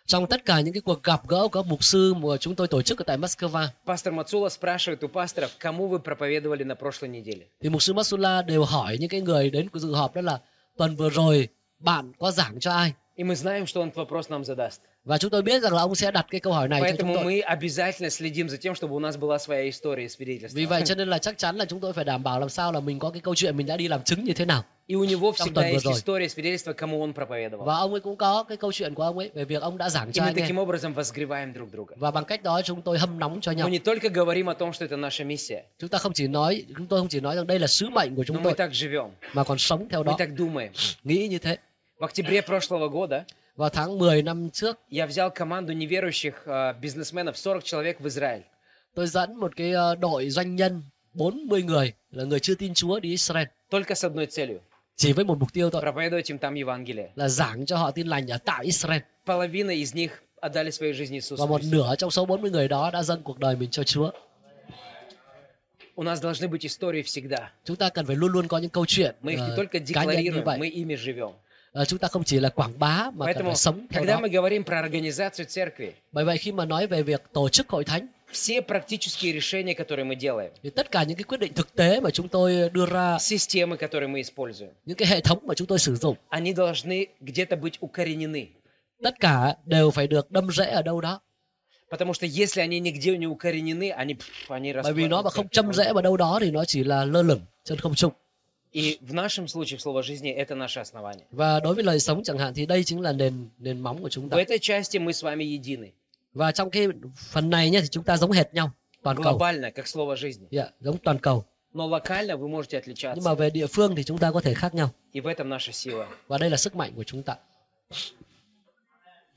S1: trong tất cả những cái cuộc gặp gỡ của các mục sư mà chúng tôi tổ chức ở tại Moscow
S2: пастор Мацула спрашивает у пасторов, кому вы проповедовали на прошлой неделе.
S1: thì mục sư Masula đều hỏi những cái người đến của dự họp đó là tuần vừa rồi bạn có giảng cho ai
S2: И мы знаем, что он этот вопрос нам задаст.
S1: và chúng tôi biết rằng là ông sẽ đặt cái câu hỏi này cho chúng
S2: Поэтому
S1: tôi.
S2: мы обязательно следим за тем, чтобы у нас была своя история и свидетельство.
S1: Vì vậy cho nên là chắc chắn là chúng tôi phải đảm bảo làm sao là mình có cái câu chuyện mình đã đi làm chứng như thế nào.
S2: И у
S1: Там
S2: него всегда
S1: так
S2: есть
S1: бывает.
S2: история и свидетельство, кому он проповедовал.
S1: Và ông ấy cũng có cái câu chuyện của ông ấy về việc ông đã giảng
S2: И
S1: cho
S2: мы
S1: ai nghe.
S2: таким образом возгреваем друг друга.
S1: Và bằng cách đó chúng tôi hâm nóng cho nhau.
S2: Мы не только говорим о том, что это наша миссия,
S1: Chúng ta không chỉ nói, chúng tôi không chỉ nói rằng đây là sứ mệnh của
S2: но
S1: chúng
S2: мы
S1: tôi
S2: так живем,
S1: mà còn sống theo
S2: мы
S1: đó,
S2: так думаем.
S1: nghĩ như thế.
S2: В октябре прошлого года
S1: Vào tháng 10 năm trước,
S2: я взял команду неверующих э, бизнесменов, 40 человек в Израиль.
S1: tôi dẫn một cái ờ, đội doanh nhân 40 người là người chưa tin Chúa đi Israel
S2: Только с одной целью
S1: chỉ với một mục tiêu
S2: –
S1: thôi
S2: проповедовать им там Евангелие.
S1: là giảng cho họ tin lành ở tại Israel
S2: Половина из них отдали свои жизни Иисусу
S1: và một
S2: Христу.
S1: nửa trong số 40 người đó đã dâng cuộc đời mình cho Chúa.
S2: У нас должны быть истории всегда.
S1: Chúng ta cần phải luôn luôn có những câu chuyện
S2: Мы их
S1: ờ,
S2: не только
S1: cá nhân như
S2: декларируем,
S1: vậy.
S2: мы ими живем.
S1: Ờ, chúng ta không chỉ là quảng bá mà cần
S2: Поэтому,
S1: phải sống theo
S2: когда
S1: đó.
S2: мы говорим про организацию церкви,
S1: Bởi vậy khi mà nói về việc tổ chức hội thánh
S2: все практические решения, которые мы делаем,
S1: thì tất cả những cái quyết định thực tế mà chúng tôi đưa ra,
S2: системы, которые мы используем,
S1: những cái hệ thống mà chúng tôi sử dụng,
S2: они должны где-то быть укоренены.
S1: tất cả đều phải được đâm rễ ở đâu đó.
S2: Потому что если они нигде не укоренены, они, пф, они
S1: Bởi vì nó mà
S2: расплавятся.
S1: không châm rễ vào đâu đó thì nó chỉ là lơ lửng trên không trung.
S2: И в нашем случае, в слово жизни, это наше основание.
S1: Và đối với lời sống chẳng hạn thì đây chính là nền nền móng của chúng
S2: В
S1: ta.
S2: этой части мы с вами едины.
S1: Và trong cái phần này nhé thì chúng ta giống hệt nhau toàn cầu,
S2: Глобально, как слово жизни.
S1: Dạ, giống toàn cầu.
S2: Но локально вы можете
S1: Nhưng mà
S2: отличаться.
S1: về địa phương thì chúng ta có thể khác nhau
S2: И в этом наша сила.
S1: và đây là sức mạnh của chúng ta.